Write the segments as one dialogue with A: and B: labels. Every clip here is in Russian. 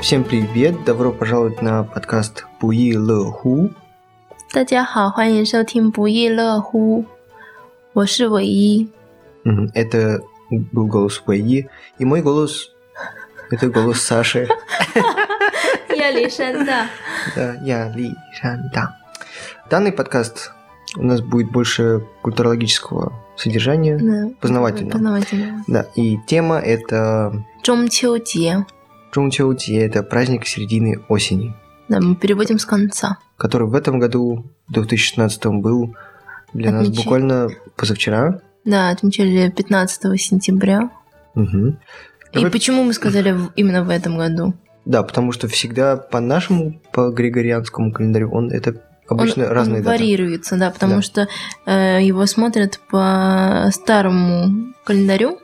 A: Всем привет, добро пожаловать на подкаст «Буи Ле Ху».
B: 大家好，欢迎收听不亦乐乎，我是唯一。
A: Мгм, Это был голос Уэйи, и мой голос – это голос Саши.
B: 夜里生的，
A: Да, я Ли Шан Дан. Данный подкаст у нас будет больше культурологического содержания.
B: 嗯，
A: Познавательно.
B: 不那么简单。
A: Да, и тема – это
B: 中秋节，
A: Чунчоути, это праздник середины осени,
B: 那么 переводим с конца。
A: который в этом году, в 2016 был для нас
B: Отмечаем.
A: буквально позавчера.
B: Да, отмечали 15 сентября.
A: Мгм.
B: И
A: Давай-
B: почему мы сказали в- именно в этом году?
A: Да, потому что всегда по нашему, по григорианскому календарю, он это обычно
B: он,
A: разные
B: он
A: даты.
B: варьируется, да, потому
A: Да.
B: что э, его смотрят по старому календарю,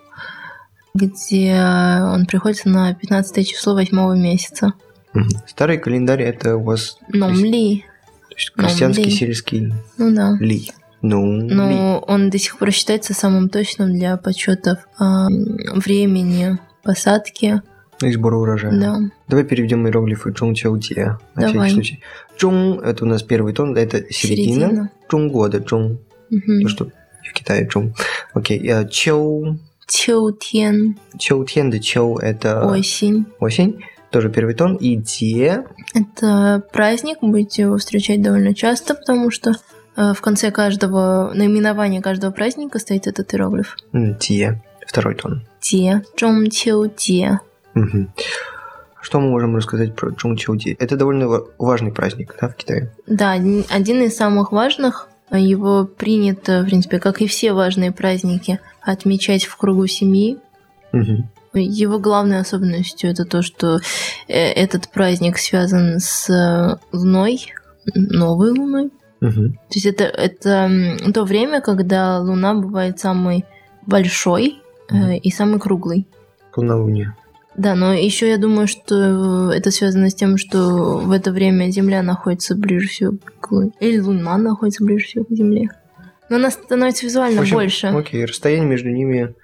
B: где он приходится на 15 число 8 месяца.
A: Мгм. Старый календарь это у вас
B: Номли.
A: то есть,
B: Ну,
A: крестьянский
B: ли.
A: сельский
B: Ну да.
A: ли. Ну, ли.
B: Но он до сих пор считается самым точным для подсчетов а, времени посадки.
A: Ну, и сбор урожая.
B: Да.
A: Давай переведем иероглифы Чон Чао Тия. На
B: Давай.
A: всякий случай. Чон это у нас первый тон, это середина. Чон года, Чон.
B: Мгм.
A: То, что в Китае Чон. Окей. э, Чоу.
B: Чоутен,
A: Чоу Тен, да Чоу это
B: осень.
A: осень. Тоже первый тон. И Тие.
B: Это праздник, будете его встречать довольно часто, потому что э, в конце каждого наименования каждого праздника стоит этот иероглиф.
A: м, Тие. Второй тон.
B: Те, Чом Чеу Те.
A: Мгм. Что мы можем рассказать про Чунчоуди? Это довольно ва- важный праздник, да, в Китае?
B: Да, один один из самых важных. а, Его принято, в принципе, как и все важные праздники, отмечать в кругу семьи.
A: Мгм.
B: Его главной особенностью это то, что э, этот праздник связан с э, луной, новой луной.
A: Мгм.
B: То есть это, это м, то время, когда луна бывает самой большой э,
A: Мгм.
B: и самой круглой.
A: Полнолуние.
B: Да, но еще я думаю, что э, это связано с тем, что в это время Земля находится ближе всего к Луне. Или Луна находится ближе всего к Земле. Но она становится
A: В
B: визуально
A: общем,
B: больше,
A: Окей, расстояние между ними,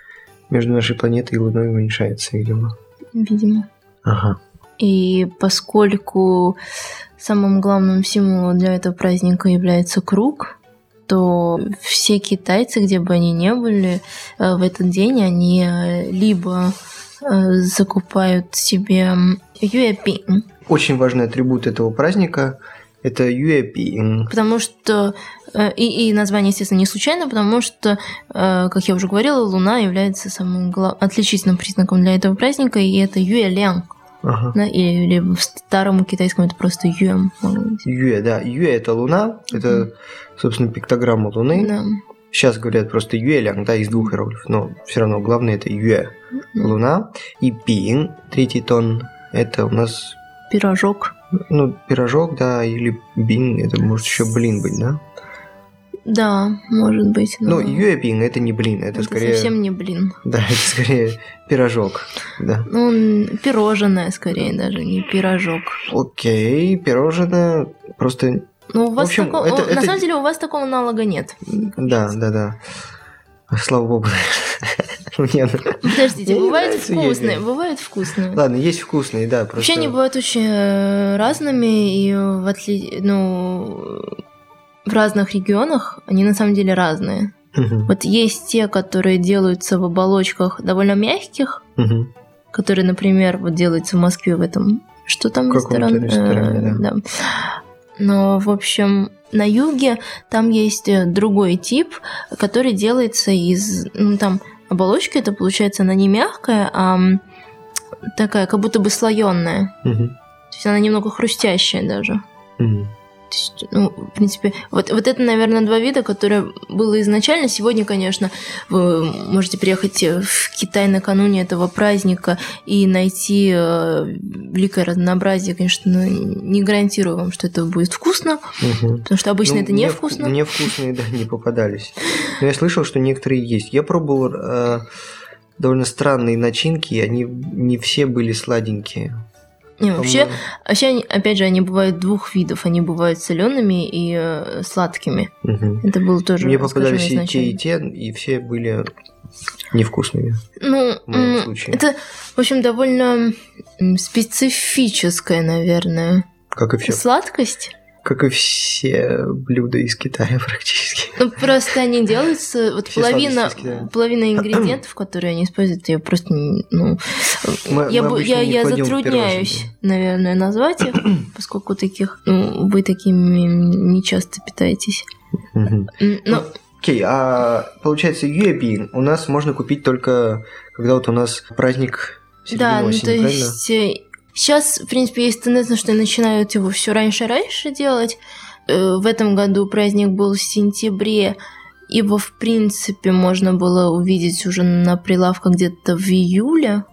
A: между нашей планетой и Луной уменьшается, видимо.
B: видимо.
A: Ага.
B: И поскольку самым главным символом для этого праздника является круг, то все китайцы, где бы они ни были, э, в этот день они э, либо э, закупают себе м, юэпин,
A: Очень важный атрибут этого праздника – это юэпин.
B: потому что э, и, и название, естественно, не случайно, потому что, э, как я уже говорила, луна является самым гла- отличительным признаком для этого праздника, и это юэлян,
A: Ага.
B: да, или, или в старом китайском это просто юэм. может быть.
A: Юэ, да. Юэ – это луна, это, собственно, пиктограмма луны.
B: Да.
A: Сейчас говорят просто юэлянг, да, из двух иероглифов, но все равно главное – это юэ, луна. И пин, третий тон – это у нас
B: пирожок.
A: Ну, пирожок, да, или бин, это может еще блин быть, да?
B: Да, может быть.
A: Ну,
B: но
A: юэбин это не блин, это,
B: это
A: скорее...
B: совсем не блин.
A: Да, это скорее пирожок, да.
B: Ну, он пирожное скорее даже, не пирожок.
A: Окей, пирожное просто...
B: Ну, у вас
A: общем,
B: такого...
A: это-
B: о, на
A: это-
B: самом деле у вас такого аналога нет.
A: Да, да, да. Слава богу. Мне оно-
B: Подождите,
A: Мне не
B: бывают
A: нравится
B: вкусные,
A: ездить.
B: бывают вкусные.
A: Ладно, есть вкусные, да,
B: Вообще
A: просто...
B: они бывают очень э, разными, и в отли... ну, в разных регионах они на самом деле разные.
A: Мгм,
B: Вот есть те, которые делаются в оболочках довольно мягких,
A: мгм.
B: который, например, вот делается в Москве в этом... Что там
A: В
B: ресторан?
A: каком-то ресторане,
B: Э, да. Но, в общем, на юге там есть э, другой тип, который делается из... Ну, там оболочка, это получается, она не мягкая, а м, такая, как будто бы слоеная.
A: Мгм,
B: То есть она немного хрустящая даже.
A: мгм.
B: То есть, ну, в принципе, вот, вот это, наверное, два вида, которые было изначально. Сегодня, конечно, вы можете приехать в Китай накануне этого праздника и найти э, великое разнообразие. Конечно, ну, не гарантирую вам, что это будет вкусно,
A: Мгм.
B: потому что обычно
A: Ну,
B: это
A: мне вку-
B: невкусно.
A: Мне вкусные, да, не попадались. Но я слышал, что некоторые есть. Я пробовал э, довольно странные начинки, и они не все были сладенькие.
B: Не, вообще,
A: По-моему.
B: вообще, они- опять же, они бывают двух видов. Они бывают солеными и э, сладкими.
A: Мгм.
B: Это было тоже,
A: Мне
B: скажем,
A: попадались и те,
B: изначально.
A: и те, и все были невкусными.
B: Ну,
A: в моем
B: м,
A: случае.
B: это, в общем, довольно м, специфическая, наверное,
A: Как и все.
B: сладкость.
A: Как и все блюда из Китая практически.
B: Ну, просто они делаются... Вот
A: Все
B: половина,
A: сладости из Китая.
B: половина ингредиентов, которые они используют, я просто... не- Ну,
A: Мы-
B: я
A: мы
B: бу-
A: обычно
B: я,
A: не
B: я
A: кладём в
B: затрудняюсь,
A: пирожные.
B: наверное, назвать их, поскольку таких... Ну, вы такими не часто питаетесь. ну,
A: Мгм.
B: М, Но
A: Окей, а получается юэбин у нас можно купить только, когда вот у нас праздник середины
B: Да, ну
A: осени,
B: то
A: правильно?
B: есть сейчас, в принципе, есть тенденция, что начинают его все раньше и раньше делать. Э, В этом году праздник был в сентябре, его, в принципе, можно было увидеть уже на прилавках где-то в июле.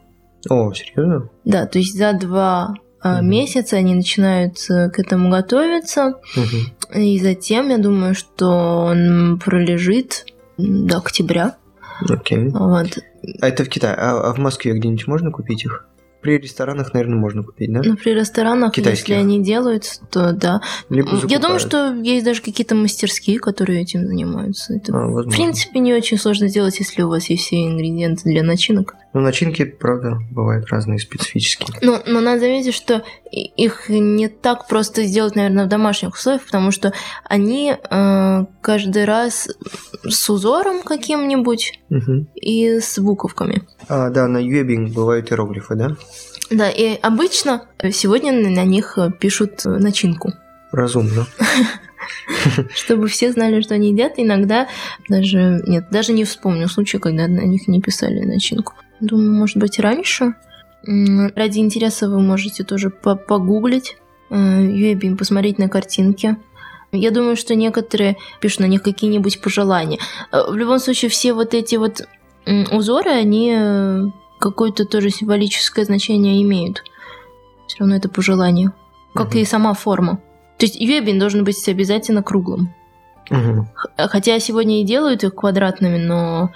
A: О, серьезно?
B: Да, то есть за два а,
A: Мгм.
B: месяца они начинают э, к этому готовиться.
A: Мгм.
B: И затем, я думаю, что он пролежит м, до октября.
A: Окей.
B: Вот.
A: А это в Китае. А, а в Москве где-нибудь можно купить их? При ресторанах, наверное, можно купить, да?
B: Но Ну, при ресторанах,
A: Китайских.
B: если они делаются, то да.
A: Либо
B: Я
A: закупают.
B: думаю, что есть даже какие-то мастерские, которые этим занимаются. Это,
A: А,
B: в
A: возможно.
B: принципе, не очень сложно сделать, если у вас есть все ингредиенты для начинок.
A: Ну, начинки, правда, бывают разные, специфические.
B: Но, Ну, но надо заметить, что и- их не так просто сделать, наверное, в домашних условиях, потому что они э, каждый раз с узором каким-нибудь
A: Мгм.
B: и с буковками.
A: А, да, на юэбин бывают иероглифы, да?
B: Да, и обычно сегодня на них э, пишут э, начинку.
A: Разумно.
B: чтобы все знали, что они едят. Иногда даже нет, даже не вспомню случая, когда на них не писали начинку. Думаю, может быть, раньше. М, Ради интереса вы можете тоже по- погуглить э, юэбин, посмотреть на картинки. Я думаю, что некоторые пишут на них какие-нибудь пожелания. Э, В любом случае, все вот эти вот м, узоры, они э, какое-то тоже символическое значение имеют. Все равно это пожелание. Как
A: Мгм.
B: и сама форма. То есть юэбин должен быть обязательно круглым.
A: Мгм.
B: Х- Э, Хотя сегодня и делают их квадратными, но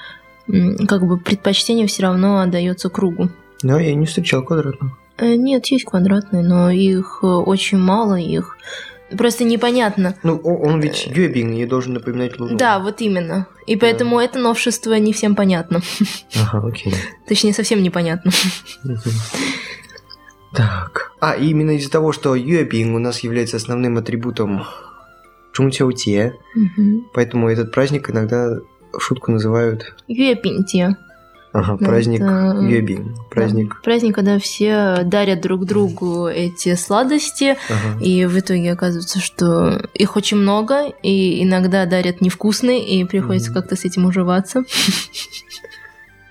B: м, как бы предпочтение все равно отдается кругу.
A: Да, я не встречал квадратных.
B: Э, Нет, есть квадратные, но их э, очень мало, их просто непонятно.
A: Ну, о- он ведь юэбин, и должен напоминать луну.
B: Э. Ну. Да, вот именно. И поэтому это новшество не всем понятно.
A: Ага, окей.
B: Точнее, совсем непонятно.
A: Мгм. Так. А, и именно из-за того, что юэбин у нас является основным атрибутом Чунцяутие,
B: Мгм.
A: поэтому этот праздник иногда в шутку называют
B: Юэпинтия.
A: ага,
B: Да,
A: праздник
B: Ну, это, э,
A: юэбин. Праздник.
B: Да, Праздник, когда все дарят друг другу эти сладости,
A: Ага.
B: И в итоге оказывается, что их очень много, и иногда дарят невкусные, и приходится
A: Мгм.
B: как-то с этим уживаться.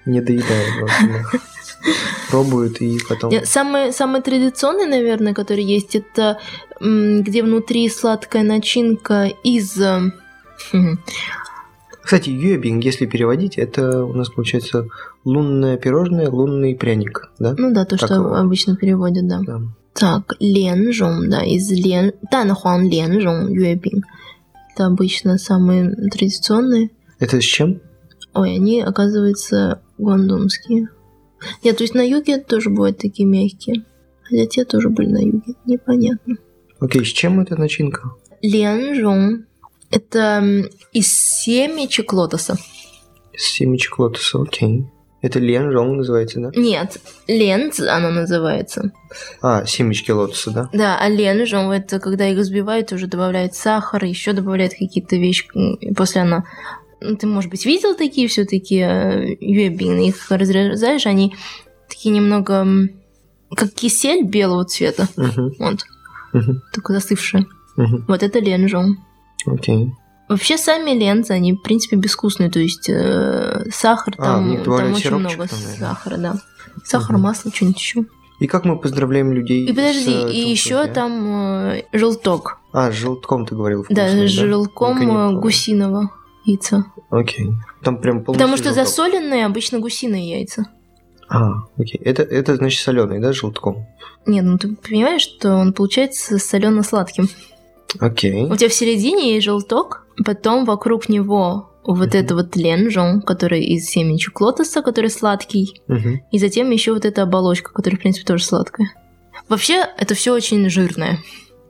A: Не доедают. возможно. Пробуют и потом...
B: Я- Самый, самый традиционный, наверное, который есть, это м, где внутри сладкая начинка из... э, хм,
A: Кстати, юэбин, если переводить, это у нас получается лунное пирожное, лунный пряник, да?
B: Ну да, то,
A: Так
B: что
A: его.
B: обычно переводят, да.
A: Да.
B: Так, ленжун, да, из лен... Танхуан ленжун, юэбин. Это обычно самые традиционные.
A: Это с чем?
B: Ой, они, оказывается, гуандунские. Нет, то есть на юге тоже бывают такие мягкие. Хотя те тоже были на юге. Непонятно.
A: Окей, с чем эта начинка?
B: Ленжун. Это м, из семечек лотоса.
A: С семечек лотоса, окей. Это лен рон называется, да?
B: Нет, ленц она называется.
A: А, семечки лотоса, да?
B: Да, а ленжун это когда их взбивают, уже добавляют сахар, еще добавляют какие-то вещи. м, и После она... Ну, ты, может быть, видел такие все-таки юэбины? Их разрезаешь, они такие немного м, как кисель белого цвета.
A: Мгм,
B: Вот,
A: мгм,
B: только застывшая.
A: мгм.
B: Вот это ленжон.
A: Окей.
B: Вообще сами ленты, они, в принципе, безвкусные, то есть э, сахар
A: А,
B: там,
A: в них добавляют
B: там очень
A: сиропчик
B: много
A: там, наверное.
B: сахара, да. Сахар,
A: Мгм.
B: масло, что-нибудь еще.
A: И как мы поздравляем людей
B: И
A: с,
B: подожди,
A: э,
B: и
A: Чунцой,
B: еще
A: да?
B: там э, желток.
A: А, с желтком ты говорил.
B: Да,
A: вкусный,
B: с желтком
A: Только не
B: э,
A: помню.
B: гусиного яйца.
A: Окей. Там прям полностью
B: Потому что
A: желток.
B: засоленные обычно гусиные яйца.
A: А, окей. Это, это значит соленый, да, с желтком?
B: Нет, ну ты понимаешь, что он получается солено-сладким.
A: Окей.
B: У тебя в середине есть желток, потом вокруг него вот
A: Мгм.
B: это вот ленжон, который из семечек лотоса, который сладкий.
A: Мгм.
B: И затем еще вот эта оболочка, которая, в принципе, тоже сладкая. Вообще, это все очень жирное.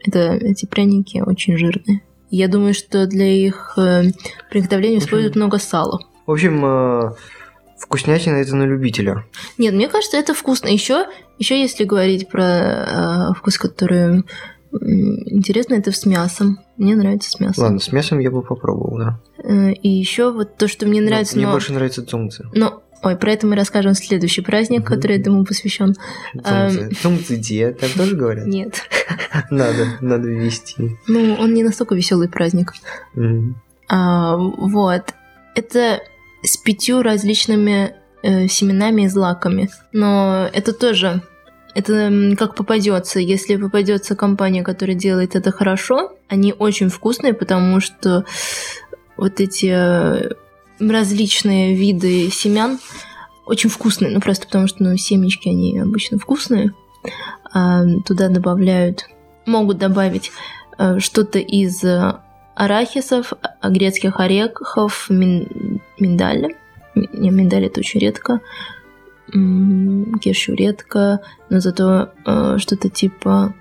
B: Это, эти пряники очень жирные. Я думаю, что для их э, приготовления
A: Очень.
B: используют много сала.
A: В общем, э, вкуснятина это на любителя.
B: Нет, мне кажется, это вкусно. Еще, еще если говорить про э, вкус, который интересно, это с мясом. Мне нравится с мясом.
A: Ладно, с мясом я бы попробовал, да.
B: Э, и еще вот то, что мне нравится.
A: Мне
B: но-
A: Ну, больше нравится цумцы.
B: но- Ой, про это мы расскажем в следующий праздник,
A: Мгм.
B: который, я думаю, посвящен.
A: Цумцы. Цумцы где? Так тоже говорят?
B: Нет.
A: Надо, надо ввести.
B: Ну, он не настолько веселый праздник.
A: М.
B: А, вот. Это с пятью различными э, семенами и злаками. Но это тоже. Это м, как попадется. Если попадется компания, которая делает это хорошо, они очень вкусные, потому что вот эти э, различные виды семян очень вкусные. Ну, просто потому что ну, семечки, они обычно вкусные. А, туда добавляют, могут добавить э, что-то из э, арахисов, а- грецких орехов, мин- миндаля. М- Не, миндаль это очень редко. М, Кешу редко, но зато э, что-то типа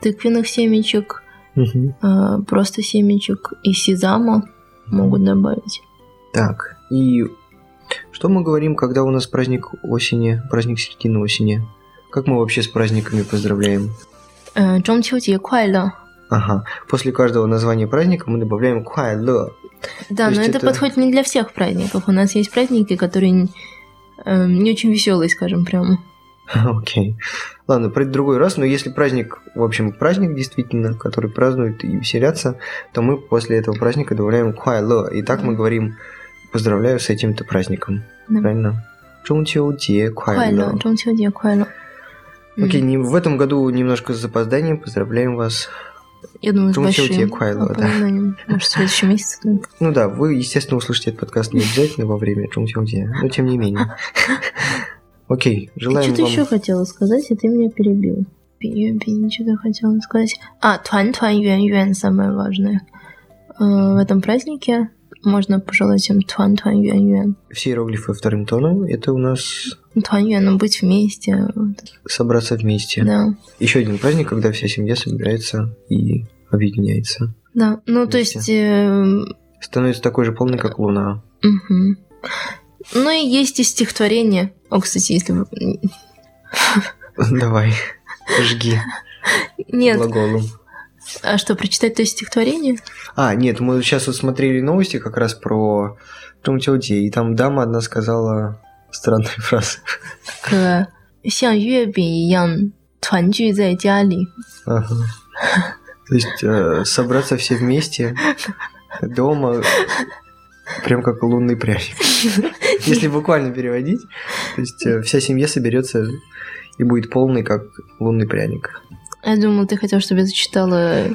B: тыквенных семечек,
A: Мгм.
B: э, просто семечек и сезама могут добавить.
A: Так, и что мы говорим, когда у нас праздник осени, праздник середины осени? Как мы вообще с праздниками поздравляем?
B: Э, «中秋节快乐».
A: Ага. После каждого названия праздника мы добавляем «куайле».
B: Да,
A: То
B: но
A: есть
B: это
A: это-
B: подходит не для всех праздников. У нас есть праздники, которые н- э, не очень веселые, скажем прямо.
A: Окей. Ладно, про это другой раз, но если праздник, в общем, праздник действительно, который празднуют и веселятся, то мы после этого праздника добавляем «куайле». И так мы говорим «поздравляю с этим-то праздником».
B: Да.
A: Правильно? «中秋节
B: Куайло,
A: куайле».
B: 中秋节快乐. М,
A: Окей, не- в этом году немножко с запозданием поздравляем вас.
B: Я думаю, с
A: 中秋节
B: большим
A: 快乐, да.
B: опозданием. Может, в следующем месяце только.
A: Ну да, вы, естественно, услышите этот подкаст не обязательно во время «中秋节», но тем не менее. Окей, желаем
B: что-то
A: вам...
B: еще хотела сказать, и ты меня перебил. Что-то хотела сказать. А, тван тван юэн юэн самое важное. Э, В этом празднике можно пожелать им тван тван юэн юэн.
A: Все иероглифы вторым тоном, это у нас
B: Ну, Тван юэн, ну, быть вместе. вот,
A: собраться вместе.
B: Да.
A: Еще один праздник, когда вся семья собирается и объединяется.
B: Да. Ну, то
A: Вместе.
B: есть... э,
A: Становится такой же полной, как луна.
B: Мгм. Ну и есть и стихотворение. О, кстати, если вы...
A: Давай, жги
B: Нет,
A: глаголом.
B: а что, прочитать то есть стихотворение?
A: А, нет, мы сейчас вот смотрели новости как раз про Чумтеуди, и там дама одна сказала странную фразу.
B: 可像月饼一样团聚在家里。
A: Ага. То есть э, собраться все вместе дома, прям как лунный пряник. Если буквально переводить, то есть э, вся семья соберется и будет полный, как лунный пряник.
B: Я думала, ты хотел, чтобы я зачитала...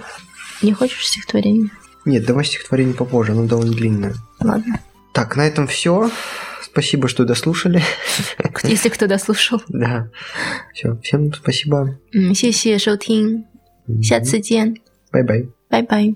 B: Не хочешь стихотворение?
A: Нет, давай стихотворение попозже, оно довольно длинное.
B: Ладно.
A: Так, на этом все. Спасибо, что дослушали.
B: Кто- Если кто дослушал.
A: Да. Все, всем спасибо.
B: 嗯，谢谢收听，下次见，
A: Бай-бай.
B: 拜拜。